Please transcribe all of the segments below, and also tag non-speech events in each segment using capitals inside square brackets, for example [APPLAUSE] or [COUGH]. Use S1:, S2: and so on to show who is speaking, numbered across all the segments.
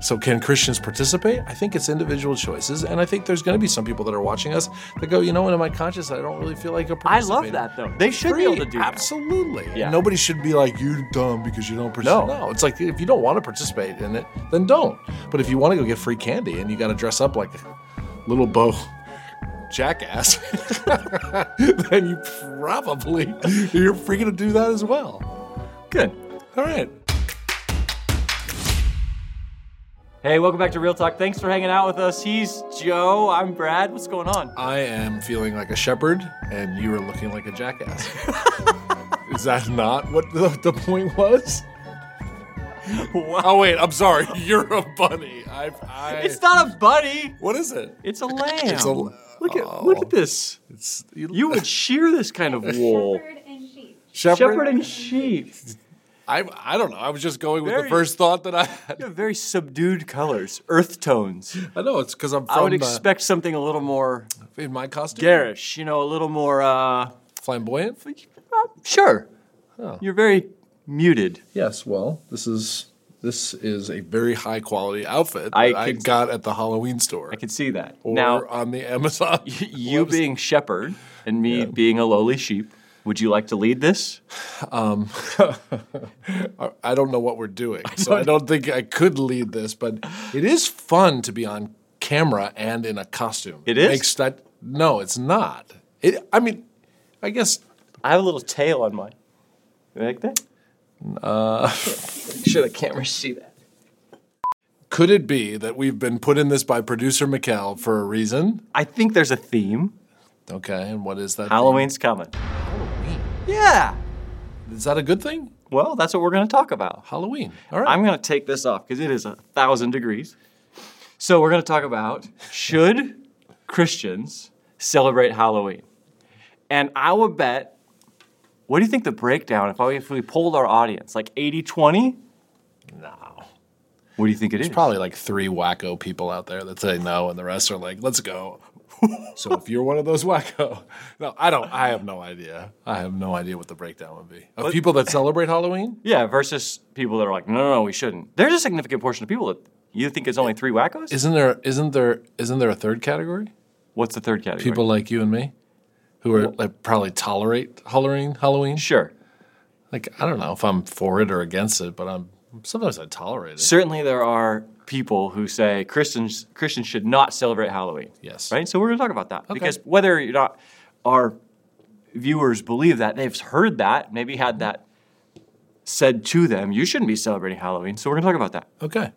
S1: So, can Christians participate? I think it's individual choices. And I think there's going to be some people that are watching us that go, you know what, in my conscience, I don't really feel like a
S2: I love that though. They should be able to do that.
S1: Absolutely.
S2: Yeah.
S1: Nobody should be like, you're dumb because you don't
S2: No.
S1: participate. No. it's like if you don't want to participate in it, then don't. But if you want to go get free candy and you got to dress up like a little bow jackass, [LAUGHS] then you probably, you're free to do that as well.
S2: Good.
S1: All right.
S2: Hey, welcome back to Real Talk. Thanks for hanging out with us. He's Joe. I'm Brad. What's going on?
S1: I am feeling like a shepherd, and you are looking like a
S2: [LAUGHS]
S1: jackass. Is that not what the, the point was?
S2: Wow.
S1: Oh wait, I'm sorry. [LAUGHS] You're a bunny. I, I
S2: It's not a buddy.
S1: What is it?
S2: It's a lamb.
S1: It's a l- Oh.
S2: look at look at this.
S1: It's
S2: You would shear this kind of wool.
S3: Shepherd and sheep.
S1: shepherd.
S2: Shepherd and sheep.
S1: I I don't know. I was just going with
S2: Very-
S1: the first thought that I had.
S2: You have very subdued colors, earth tones.
S1: I know it's because I'm from
S2: I would
S1: uh,
S2: expect something a little more
S1: in my costume.
S2: garish, you know, a little more. uh
S1: flamboyant.
S2: Sure. You're very muted.
S1: Yes. Well, this is this is a very high quality outfit
S2: I
S1: that I
S2: could-
S1: got at the Halloween store
S2: I can see that.
S1: or [LAUGHS]
S2: now,
S1: on the Amazon.
S2: [LAUGHS] you being shepherd and me being a lowly sheep, would you like to lead this?
S1: I- I don't know what we're
S2: [LAUGHS]
S1: doing. so I don't think I could lead this, but it is fun to be on camera and in a costume.
S2: It is?
S1: Makes that, no, it's not. It, I mean, I guess
S2: I have a little tail on mine. You like that? Uh, Make sure the cameras see that.
S1: could it be that we've been put in this by producer Mikkel for a reason?
S2: I think there's a theme.
S1: Okay, and what is that?
S2: Halloween's coming. Yeah.
S1: thing? Is that a good thing?
S2: Well, that's what we're going to talk about.
S1: Halloween. All right.
S2: I'm going to take this off because it is a thousand degrees. So we're going to talk about should Christians celebrate Halloween? And I would bet. What do you think the breakdown? If, I, if we polled our audience, like 80-20?
S1: no.
S2: What do you think it is?
S1: There's probably like three wacko people out there that say no, and the rest are like, let's go. [LAUGHS] so if you're one of those wacko, no, I don't. I have no idea. I have no idea what the breakdown would be of people that celebrate Halloween.
S2: Yeah, versus people that are like, no, no, no, we shouldn't. There's a significant portion of people that you think it's only three wackos.
S1: Isn't there? Isn't there? Isn't there a third category?
S2: What's the third category?
S1: People like you and me, who are like probably tolerate Halloween. Halloween.
S2: sure.
S1: Like I don't know if I'm for it or against it, but I'm sometimes I tolerate it.
S2: Certainly, there are people who say Christians Christians should not celebrate Halloween.
S1: Yes.
S2: Right. So we're going to talk about that because whether or not our viewers believe that, they've heard that, maybe had that said to them. You shouldn't be celebrating Halloween. So we're going to talk about that.
S1: Okay.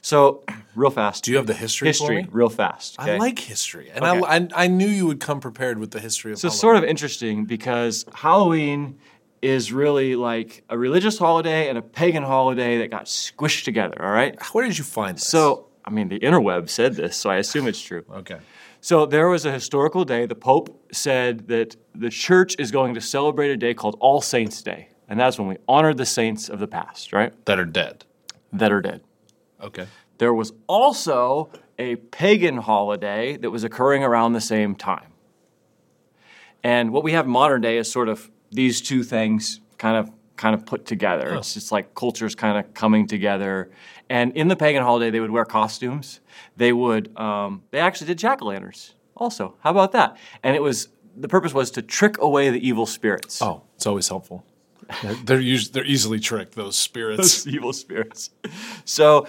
S2: So, [CLEARS THROAT] real fast.
S1: Do you have the history? for
S2: history?
S1: me?
S2: Real fast.
S1: I
S2: okay?
S1: like history, and
S2: Okay.
S1: I, I I knew you would come prepared with the history of.
S2: So it's sort of interesting because Halloween is really like a religious holiday and a pagan holiday that got squished together, all right?
S1: Where did you find this?
S2: So, I mean, the interweb said this, so I assume it's true.
S1: okay.
S2: So there was a historical day. The Pope said that the church is going to celebrate a day called All Saints Day. And that's when we honor the saints of the past, right?
S1: That are dead.
S2: That are dead.
S1: Okay.
S2: There was also a pagan holiday that was occurring around the same time. And what we have modern day is sort of these two things kind of kind of put together. It's just like cultures kind of coming together. And in the pagan holiday, they would wear costumes. They would um, they actually did jack o' lanterns also. How about that? And it was the purpose was to trick away the evil spirits.
S1: Oh, it's always helpful. They're they're, us- they're easily tricked. Those
S2: [LAUGHS]
S1: spirits.
S2: those evil spirits. So,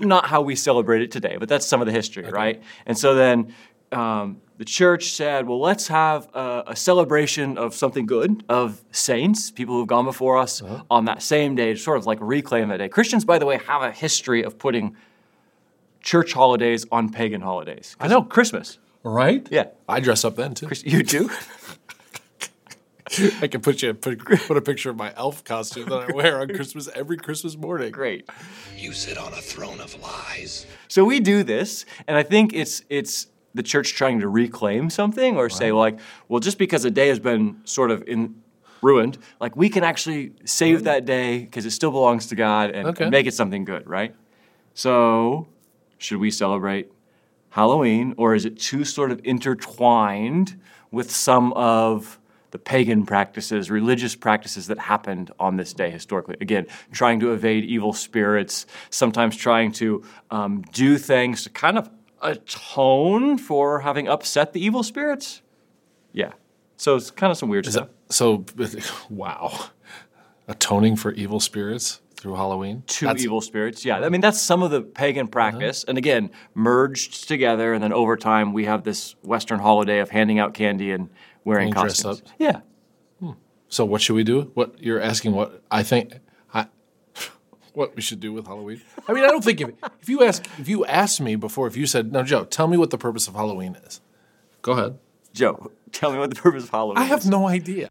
S2: not how we celebrate it today, but that's some of the history, right? And so then um, the church said, well, let's have a, a celebration of something good, of saints, people who've gone before us on that same day, to sort of like reclaim that day. Christians, by the way, have a history of putting church holidays on pagan holidays. I know. Christmas.
S1: Right?
S2: Yeah.
S1: I dress up then too.
S2: Chris- [LAUGHS] You do?
S1: I can put you put, put a picture of my elf costume that I wear on Christmas every Christmas morning.
S2: Great.
S4: You sit on a throne of lies.
S2: So we do this, and I think it's it's the church trying to reclaim something or say like, well, just because a day has been sort of in ruined, like we can actually save that day because it still belongs to God and
S1: Okay.
S2: make it something good, right? So should we celebrate Halloween or is it too sort of intertwined with some of the pagan practices, religious practices that happened on this day historically. Again, trying to evade evil spirits, sometimes trying to um, do things to kind of atone for having upset the evil spirits. Yeah. So it's kind of some weird
S1: Is
S2: stuff.
S1: that, so, [LAUGHS] wow. Atoning for evil spirits through Halloween?
S2: two
S1: That's- Uh-huh.
S2: evil spirits. Yeah, I mean that's some of the pagan practice, and again merged together, and then over time we have this Western holiday of handing out candy and wearing
S1: And dress
S2: costumes.
S1: up.
S2: Yeah,
S1: So, what should we do? What you're asking? What I think? I, [LAUGHS] what we should do with Halloween? I mean, I don't think if, if you ask if you asked me before, if you said, "No, Joe, tell me what the purpose of Halloween is," go ahead.
S2: Joe, [LAUGHS] tell me what the purpose of Halloween.
S1: I have
S2: is.
S1: no idea.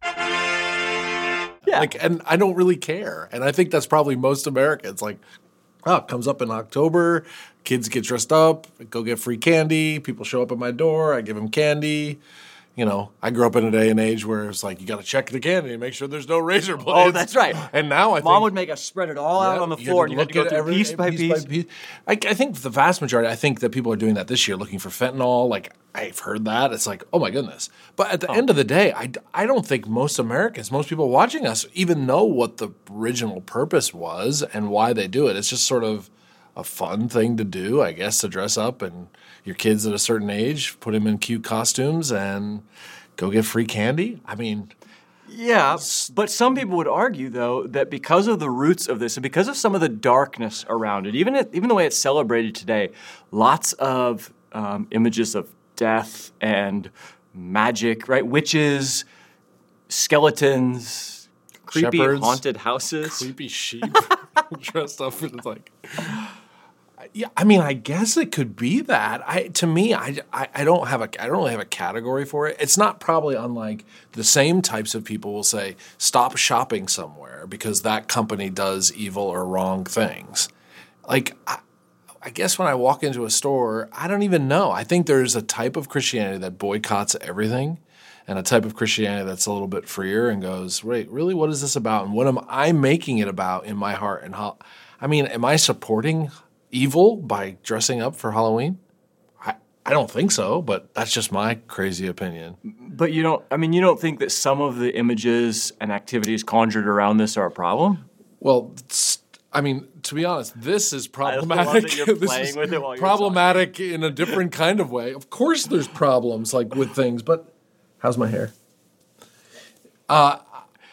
S2: Yeah.
S1: Like, and I don't really care. And I think that's probably most Americans. Like, oh, it comes up in October. Kids get dressed up, go get free candy. People show up at my door. I give them candy. You know, I grew up in a day and age where it's like you got to check the candy and make sure there's no razor blades.
S2: Oh, that's right.
S1: And now I
S2: mom
S1: think,
S2: would make us spread it all out
S1: yeah,
S2: on the
S1: you
S2: floor,
S1: had
S2: and you had to
S1: look
S2: go
S1: at
S2: through
S1: every-
S2: piece by piece.
S1: I, I think the vast majority. I think that people are doing that this year, looking for fentanyl. Like I've heard that. It's like, oh my goodness. But at the end of the day, I, d- I don't think most Americans, most people watching us, even know what the original purpose was and why they do it. It's just sort of a fun thing to do, I guess, to dress up and your kids at a certain age, put them in cute costumes and go get free candy. I mean,
S2: Yeah, but some people would argue, though, that because of the roots of this and because of some of the darkness around it, even it, even the way it's celebrated today, lots of um, images of death and magic, right? Witches, skeletons, creepy
S1: Shepherds.
S2: haunted houses.
S1: creepy [LAUGHS] sheep dressed up and it's like yeah i mean i guess it could be that i to me I, I i don't have a i don't really have a category for it it's not probably unlike the same types of people will say stop shopping somewhere because that company does evil or wrong things like I, I guess when I walk into a store, I don't even know. I think there's a type of Christianity that boycotts everything and a type of Christianity that's a little bit freer and goes, wait, really, what is this about? And what am I making it about in my heart? And how, I mean, am I supporting evil by dressing up for Halloween? I, I don't think so, but that's just my crazy opinion.
S2: But you don't, I mean, you don't think that some of the images and activities conjured around this are a problem?
S1: Well, it's- I mean, to be honest, this is
S2: love that
S1: problematic.
S2: you're
S1: [LAUGHS] This
S2: playing
S1: is
S2: with it while you're
S1: problematic in a different kind of way. Of course, there's problems like with things, but how's my hair? Uh,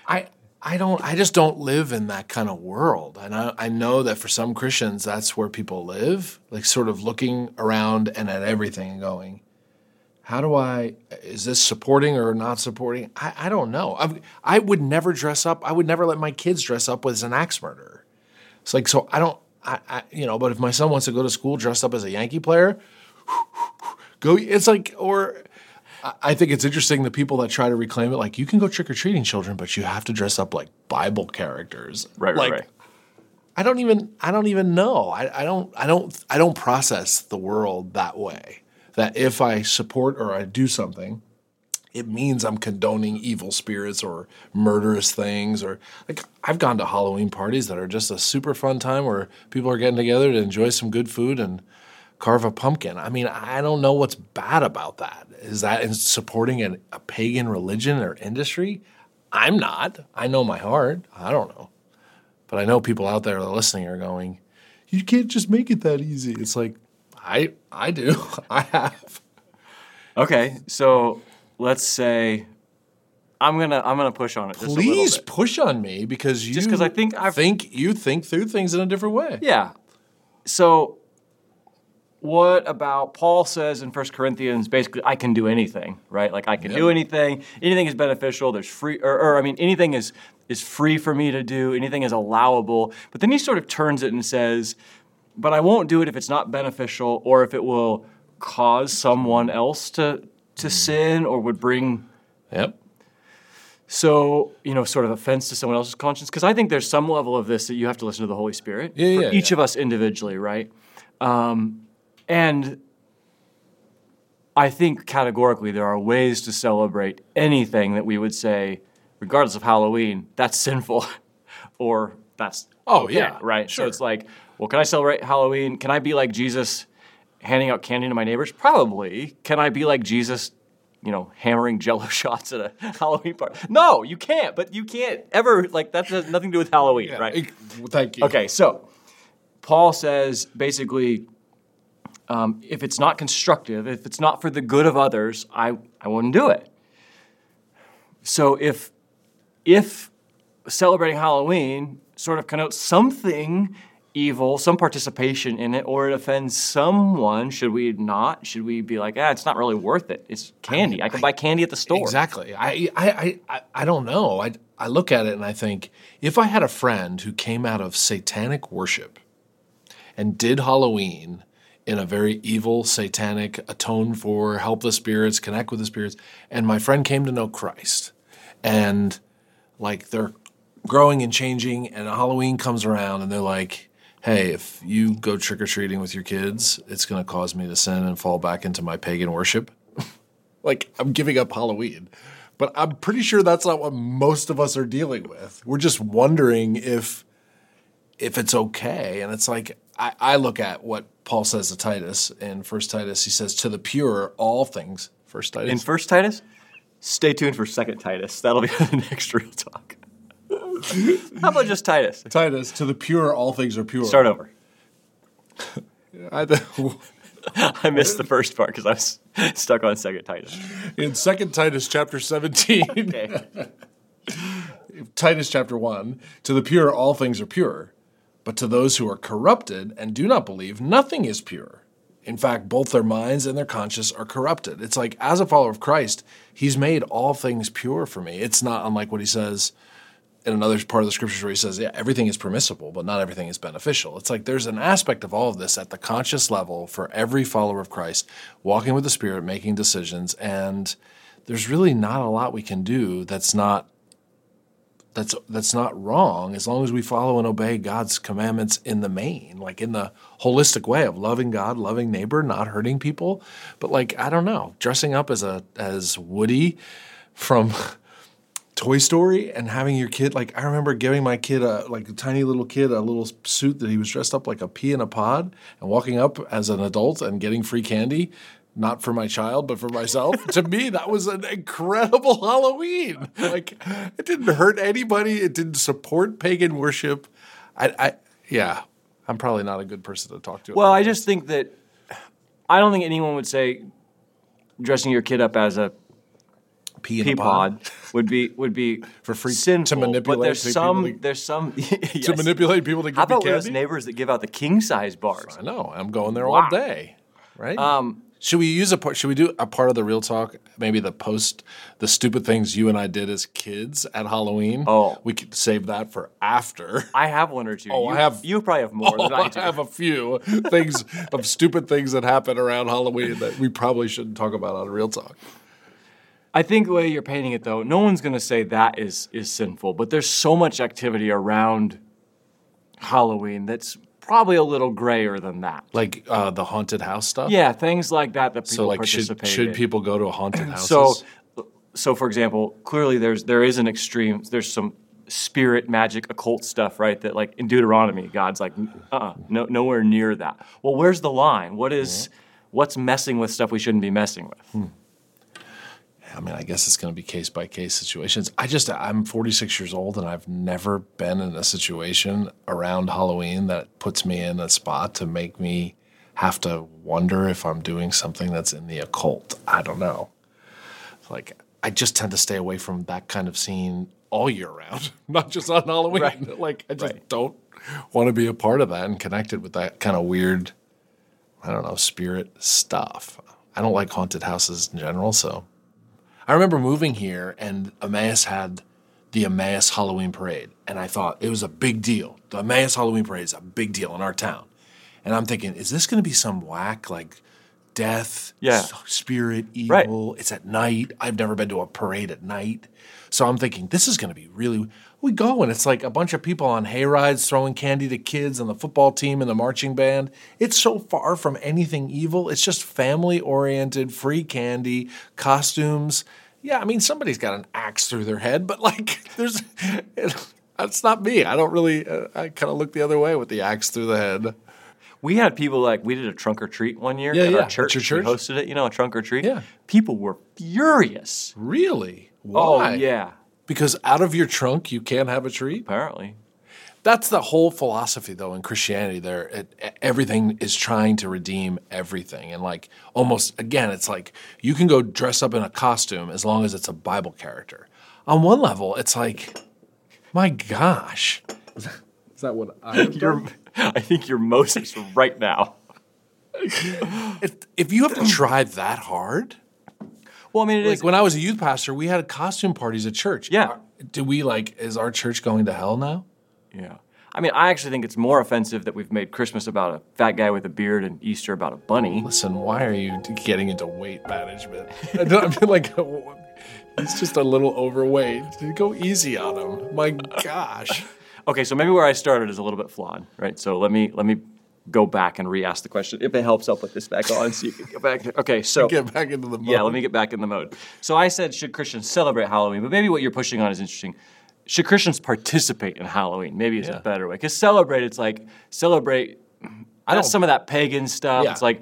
S1: I I don't. I just don't live in that kind of world, and I, I know that for some Christians, that's where people live, like sort of looking around and at everything and going, how do I, is this supporting or not supporting? I, I don't know. I've, I would never dress up. I would never let my kids dress up as an axe murderer. It's like, so I don't, I, I you know, but if my son wants to go to school dressed up as a Yankee player, go, it's like, or I- I think it's interesting the people that try to reclaim it, like, you can go trick or treating children, but you have to dress up like Bible characters.
S2: Right, right,
S1: Like,
S2: right.
S1: I don't even I don't even know. I, I don't I don't I don't process the world that way. That if I support or I do something, it means I'm condoning evil spirits or murderous things or like I've gone to Halloween parties that are just a super fun time where people are getting together to enjoy some good food and carve a pumpkin. I mean, I don't know what's bad about that. Is that in supporting an, a pagan religion or industry? I'm not. I know my heart. I don't know. But I know people out there that are listening are going, you can't just make it that easy. It's like, I I do. [LAUGHS] I have.
S2: Okay, so let's say. I'm gonna I'm gonna push on it. Just a little
S1: Please
S2: bit.
S1: push on me because you
S2: 'cause I think I've-
S1: think you think through things in a different way.
S2: Yeah. So what about Paul says in 1 Corinthians basically I can do anything, right? Like I can do anything. Anything is beneficial. There's free or, or I mean anything is is free for me to do. Anything is allowable. But then he sort of turns it and says, but I won't do it if it's not beneficial or if it will cause someone else to to sin or would bring
S1: Yep.
S2: so you know sort of offense to someone else's conscience because i think there's some level of this that you have to listen to the holy spirit
S1: Yeah,
S2: for
S1: yeah,
S2: each
S1: yeah.
S2: of us individually right um, and i think categorically there are ways to celebrate anything that we would say regardless of halloween that's sinful [LAUGHS] or that's
S1: Oh,
S2: okay,
S1: yeah,
S2: right so
S1: sure.
S2: it's like well can i celebrate halloween can i be like jesus handing out candy to my neighbors probably can i be like jesus you know, hammering [LAUGHS] jello shots at a Halloween party. No, you can't, but you can't ever, like, that has nothing to do with Halloween,
S1: Yeah,
S2: right?
S1: it- thank you.
S2: Okay, so Paul says basically, um, if it's not constructive, if it's not for the good of others, I, I wouldn't do it. So if if celebrating Halloween sort of connotes something evil, some participation in it, or it offends someone, should we not? Should we be like, ah, it's not really worth it? It's candy. I can buy candy at the store.
S1: Exactly. I, I, I- I, I don't know. I, I look at it and I think if I had a friend who came out of satanic worship and did Halloween in a very evil, satanic, atone for, help the spirits, connect with the spirits, and my friend came to know Christ and like they're growing and changing and Halloween comes around and they're like, hey, if you go trick or treating with your kids, it's going to cause me to sin and fall back into my pagan worship like I'm giving up Halloween. But I'm pretty sure that's not what most of us are dealing with. We're just wondering if if it's okay. And it's like I, I look at what Paul says to Titus in First Titus. He says, "To the pure, all things." First Titus.
S2: In First Titus, stay tuned for Second Titus. That'll be [LAUGHS] the next real talk. How about just Titus?
S1: Titus, to the pure, all things are pure.
S2: Start over. [LAUGHS]
S1: I [LAUGHS] th-
S2: I missed the first part because I was [LAUGHS] stuck on Second Titus.
S1: in Second Titus chapter seventeen,
S2: Okay.
S1: Titus chapter 1 To the pure, all things are pure, but to those who are corrupted and do not believe, nothing is pure. In fact, both their minds and their conscience are corrupted. It's like, as a follower of Christ, he's made all things pure for me. It's not unlike what he says in another part of the scriptures where he says, Yeah, everything is permissible, but not everything is beneficial. It's like there's an aspect of all of this at the conscious level for every follower of Christ, walking with the Spirit, making decisions, and there's really not a lot we can do that's not that's that's not wrong as long as we follow and obey God's commandments in the main, like in the holistic way of loving God, loving neighbor, not hurting people. But like I don't know, dressing up as a as Woody from Toy Story and having your kid like I remember giving my kid a like a tiny little kid a little suit that he was dressed up like a pea in a pod and walking up as an adult and getting free candy. Not for my child, but for myself. to me, that was an incredible [LAUGHS] Halloween. Like, it didn't hurt anybody. It didn't support pagan worship. I, I yeah, I'm probably not a good person to talk to.
S2: Well, I just think that I don't think anyone would say dressing your kid up as a
S1: pea in a pod.
S2: peapod would be would be
S1: [LAUGHS] For free- to
S2: sinful.
S1: manipulate
S2: but there's
S1: people
S2: some
S1: to-
S2: there's some [LAUGHS]
S1: To manipulate people to
S2: How
S1: give me
S2: about those
S1: candy.
S2: neighbors that give out the king size bars?
S1: I know. I'm going there
S2: Wow. Um,
S1: all day. Right? should we use a part? Should we do a part of the real talk? Maybe the post, the stupid things you and I did as kids at Halloween.
S2: Oh.
S1: we could save that for after.
S2: [LAUGHS] I have one or two.
S1: Oh,
S2: you,
S1: I have- Oh,
S2: You probably
S1: [LAUGHS]
S2: have more than I
S1: I
S2: do.
S1: have a few things of stupid things that happen around Halloween that we probably shouldn't talk about on real talk.
S2: I think the way you're painting it, though, no one's going to say that is is sinful. But there's so much activity around Halloween that's probably a little grayer than that.
S1: Like uh, the haunted house stuff.
S2: Yeah, things like that that people
S1: So like, should
S2: participate
S1: should
S2: in.
S1: people go to haunted
S2: [CLEARS THROAT]
S1: houses?
S2: so so for example, clearly there's there is an extreme. There's some spirit magic occult stuff right that like in deuteronomy god's like uh-uh no, nowhere near that well where's the line what is- what's messing with stuff we shouldn't be messing with
S1: I mean, I guess it's going to be case by case situations. I just, I'm 46 years old and I've never been in a situation around Halloween that puts me in a spot to make me have to wonder if I'm doing something that's in the occult. I don't know. Like, I just tend to stay away from that kind of scene all year round, [LAUGHS] not just on Halloween. [LAUGHS]
S2: Right.
S1: Like, I just
S2: Right.
S1: don't want to be a part of that and connected with that kind of weird, I don't know, spirit stuff. I don't like haunted houses in general, so I remember moving here and Emmaus had the Emmaus Halloween parade. And I thought it was a big deal. The Emmaus Halloween parade is a big deal in our town. And I'm thinking, is this going to be some whack like death,
S2: Yeah.
S1: s- spirit,
S2: Right.
S1: evil? It's at night. I've never been to a parade at night. So I'm thinking, this is going to be really. We go and it's like a bunch of people on hay rides throwing candy to kids and the football team and the marching band. It's so far from anything evil. It's just family oriented, free candy, costumes. Yeah, I mean, somebody's got an axe through their head, but like, [LAUGHS] there's. That's not me. I don't really. uh, I kind of look the other way with the axe through the head.
S2: We had people like we did a trunk or treat one year
S1: Yeah,
S2: at
S1: yeah,
S2: our
S1: at
S2: church.
S1: your church?
S2: We hosted it, you know, a trunk or treat.
S1: Yeah.
S2: People were furious.
S1: Really? Why?
S2: Oh yeah,
S1: Because out of your trunk you can't have a treat.
S2: apparently. [LAUGHS]
S1: That's the whole philosophy, though, in Christianity. There, it, e, everything is trying to redeem everything, and like almost again, it's like you can go dress up in a costume as long as it's a Bible character. On one level, it's like, my
S2: [LAUGHS]
S1: gosh, is that what [LAUGHS] I?
S2: You're, I think you're Moses right now.
S1: if, if you have to try that hard,
S2: Well, I mean, it is.
S1: like when I was a youth pastor, we had costume parties at church.
S2: Yeah.
S1: do we like? Is our church going to hell now?
S2: Yeah. I mean, I actually think it's more offensive that we've made Christmas about a fat guy with a beard and Easter about a bunny.
S1: Listen, why are you getting into weight management? [LAUGHS] I don't- I mean, like, he's just a little overweight. Go easy on him. My gosh.
S2: Okay, so maybe where I started is a little bit flawed, right? So let me let me go back and re-ask the question. If it helps, I'll put this back on so you can get back. Okay, so
S1: Get back into the mode.
S2: yeah, let me get back in the mode. So I said, should Christians celebrate Halloween? But maybe what you're pushing on is interesting. Should Christians participate in Halloween? Maybe it's
S1: Yeah.
S2: a better way. Because celebrate, it's like celebrate. I
S1: don't-
S2: don't some of that pagan stuff.
S1: Yeah.
S2: It's like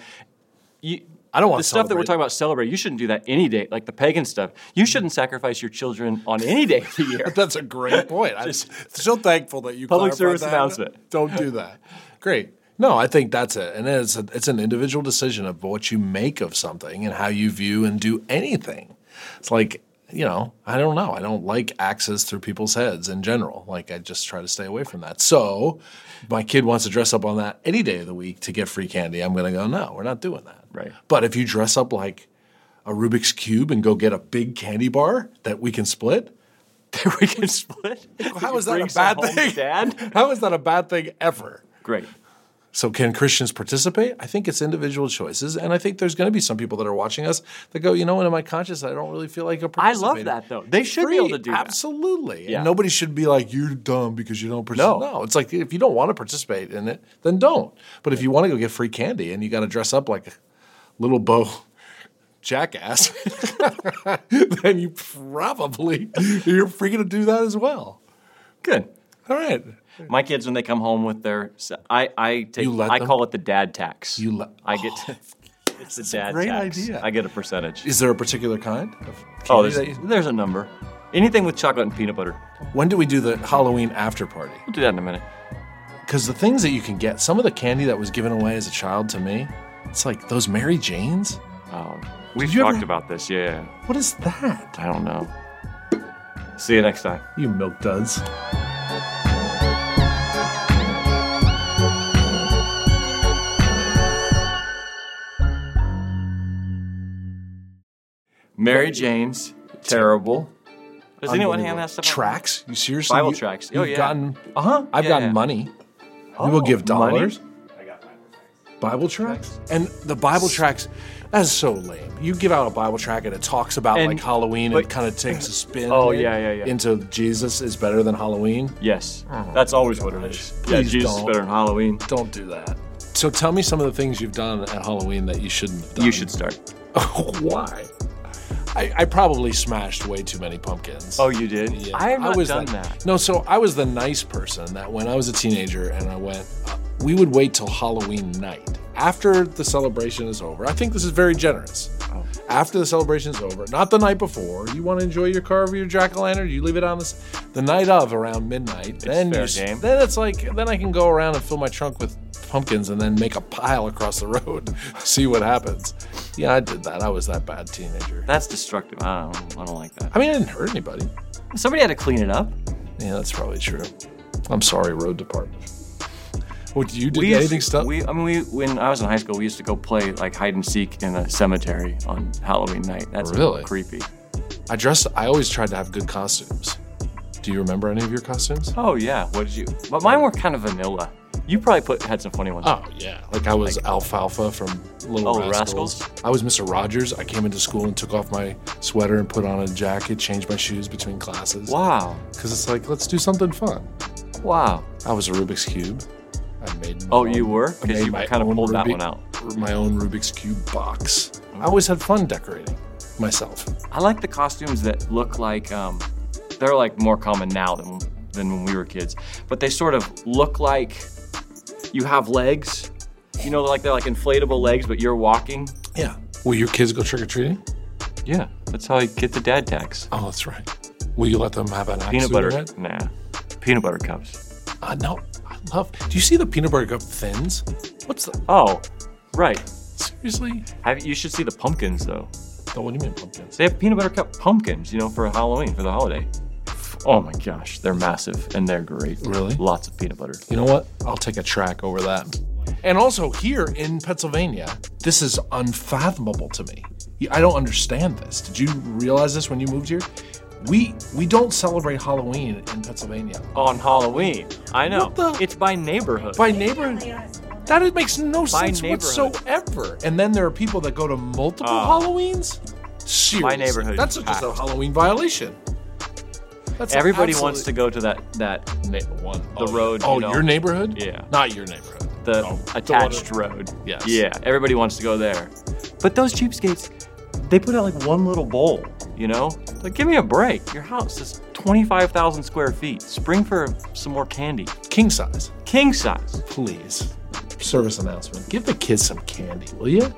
S2: you.
S1: I don't want
S2: the
S1: to
S2: stuff that we're
S1: celebrate. Mm-hmm.
S2: talking about celebrate. You shouldn't do that any day, like the pagan stuff. You shouldn't sacrifice your children on any day of
S1: [LAUGHS]
S2: the year.
S1: That's a great point. I'm so thankful that you
S2: Public
S1: clarified
S2: service
S1: that.
S2: announcement.
S1: Don't do that. Great. No, I think that's it, and it's a, it's an individual decision of what you make of something and how you view and do anything. It's like you know, I don't know. I don't like axes through people's heads in general. Like I just try to stay away from that. So, if my kid wants to dress up on that any day of the week to get free candy. I'm going to go. No, we're not doing that.
S2: Right.
S1: But if you dress up like a Rubik's cube and go get a big candy bar that we can split, [LAUGHS]
S2: that we can split.
S1: how
S2: You
S1: is that
S2: bring
S1: a
S2: some
S1: bad
S2: home,
S1: thing?
S2: Dad?
S1: How is that a bad thing ever?
S2: Great.
S1: So can Christians participate? I think it's individual choices, and I think there's going to be some people that are watching us that go, you know, what? in my conscience, I don't really feel like a
S2: I love
S1: participator.
S2: that, though. They should be able to do that.
S1: absolutely. And
S2: Yeah.
S1: nobody should be like you're dumb because you don't participate.
S2: No.
S1: no, it's like if you don't want to participate in it, then don't. But if you want to go get free candy and you got to dress up like a little bow jackass, [LAUGHS] then you probably you're free to do that as well.
S2: Good.
S1: All right,
S2: My kids, when they come home with their, I, I take,
S1: You let
S2: I
S1: them?
S2: call it the dad tax.
S1: you. Le-
S2: I get, [LAUGHS] it's the dad
S1: great
S2: tax.
S1: idea.
S2: I get a percentage.
S1: Is there a particular kind? Of
S2: Oh,
S1: candy that
S2: there's,
S1: you-
S2: there's a number. Anything with chocolate and peanut butter.
S1: When do we do the Halloween after party?
S2: We'll do that in a minute.
S1: Because the things that you can get, some of the candy that was given away as a child to me, it's like those Mary Janes.
S2: Um, we've
S1: you ever-
S2: talked about this. Yeah.
S1: What is that?
S2: I don't know. See you next time.
S1: You milk duds.
S2: Mary Jane's terrible. Does anyone hand that stuff? out?
S1: Tracks? You seriously?
S2: Bible
S1: you,
S2: tracks.
S1: You've
S2: Oh, yeah.
S1: gotten.
S2: Uh-huh.
S1: I've
S2: Yeah,
S1: gotten
S2: yeah.
S1: money. we will give
S2: money?
S1: dollars. Bible tracks? And the Bible tracks, that's so lame. You give out a Bible track and it talks about
S2: And-
S1: like Halloween and
S2: but-
S1: kind of takes a spin
S2: Oh,
S1: in-
S2: yeah, yeah, yeah.
S1: into Jesus is better than Halloween.
S2: Yes. That's always what it is. Yeah,
S1: Please
S2: Jesus is
S1: don't.
S2: better than Halloween.
S1: Don't do that. So tell me some of the things you've done at Halloween that you shouldn't have done. [LAUGHS]
S2: You should start.
S1: Why? I, I probably smashed way too many pumpkins.
S2: Oh, you did?
S1: Yeah,
S2: I have not
S1: was
S2: done
S1: the-
S2: that.
S1: No, so I was the nice person that when I was a teenager and I went, uh, we would wait till Halloween night after the celebration is over. I think this is very generous.
S2: Oh.
S1: After the celebration is over, not the night before. You want to enjoy your carve your jack o' lantern. You leave it on this, the night of around midnight. then
S2: fair
S1: you, s-
S2: game.
S1: then it's like then I can go around and fill my trunk with pumpkins and then make a pile across the road. [LAUGHS] see what happens. Yeah, I did that. I was that bad teenager.
S2: That's destructive. I don't, I don't like that.
S1: I mean, I didn't hurt anybody.
S2: Somebody had to clean it up.
S1: Yeah, that's probably true. I'm sorry, road department. What you did
S2: We used-
S1: anything stuff?
S2: We, I mean, we, when I was in high school, we used to go play like hide and seek in a cemetery on Halloween night. That's
S1: Really?
S2: creepy.
S1: I dressed. I always tried to have good costumes. Do you remember any of your costumes?
S2: Oh yeah. What did you? But mine were kind of vanilla. You probably put had some funny ones.
S1: Oh yeah, like I was Alfalfa from Little
S2: Oh,
S1: Rascals.
S2: Rascals?
S1: I was Mr. Rogers. I came into school and took off my sweater and put on a jacket, changed my shoes between classes.
S2: Wow.
S1: Because it's like let's do something fun.
S2: Wow.
S1: I was a Rubik's cube. I made. my
S2: Oh,
S1: own-
S2: you were
S1: I
S2: because
S1: made
S2: you
S1: my
S2: kind of
S1: own
S2: pulled that
S1: Rubik-
S2: one out. Mm.
S1: My own Rubik's cube box. I always had fun decorating myself.
S2: I like the costumes that look like um, they're like more common now than than when we were kids, but they sort of look like you have legs, you know, like they're like inflatable legs, but you're walking.
S1: Yeah. Will your kids go trick or treating?
S2: Yeah, that's how I get the dad tax.
S1: Oh, that's right. Will you let them have an
S2: Peanut
S1: Aksu
S2: butter,
S1: bread?
S2: nah, peanut butter cups.
S1: Uh, no, I love. Do you see the peanut butter cup thins? What's the
S2: Oh, right.
S1: seriously?
S2: Have you should see the pumpkins though.
S1: Oh, what do you mean pumpkins?
S2: They have peanut butter cup pumpkins, you know, for Halloween for the holiday. Oh my gosh, they're massive and they're great.
S1: Really?
S2: Lots of peanut butter.
S1: You know what? I'll take a track over that. And also here in Pennsylvania, this is unfathomable to me. Yeah, I don't understand this. Did you realize this when you moved here? We we don't celebrate Halloween in Pennsylvania.
S2: On Halloween, I know.
S1: What the-
S2: It's by neighborhood.
S1: By neighborhood,
S3: uh,
S1: that it makes no
S2: By
S1: sense
S2: neighborhood.
S1: whatsoever. And then there are people that go to multiple
S2: Oh.
S1: Halloweens. Seriously,
S2: neighborhood
S1: That's
S2: is
S1: just a
S2: packed.
S1: Halloween violation. That's an
S2: Everybody
S1: absolute-
S2: wants to go to that that na- one the road.
S1: Oh,
S2: you know,
S1: your neighborhood?
S2: Yeah.
S1: Not your neighborhood. Oh,
S2: Oh, the
S1: No.
S2: attached
S1: The one-
S2: road.
S1: Yes.
S2: Yeah, everybody wants to go there. But those cheapskates, they put out like one little bowl, you know? Like, give me a break. Your house is 25,000 square feet. Spring for some more candy.
S1: King size.
S2: King size.
S1: Please. Service announcement. Give the kids some candy, will you?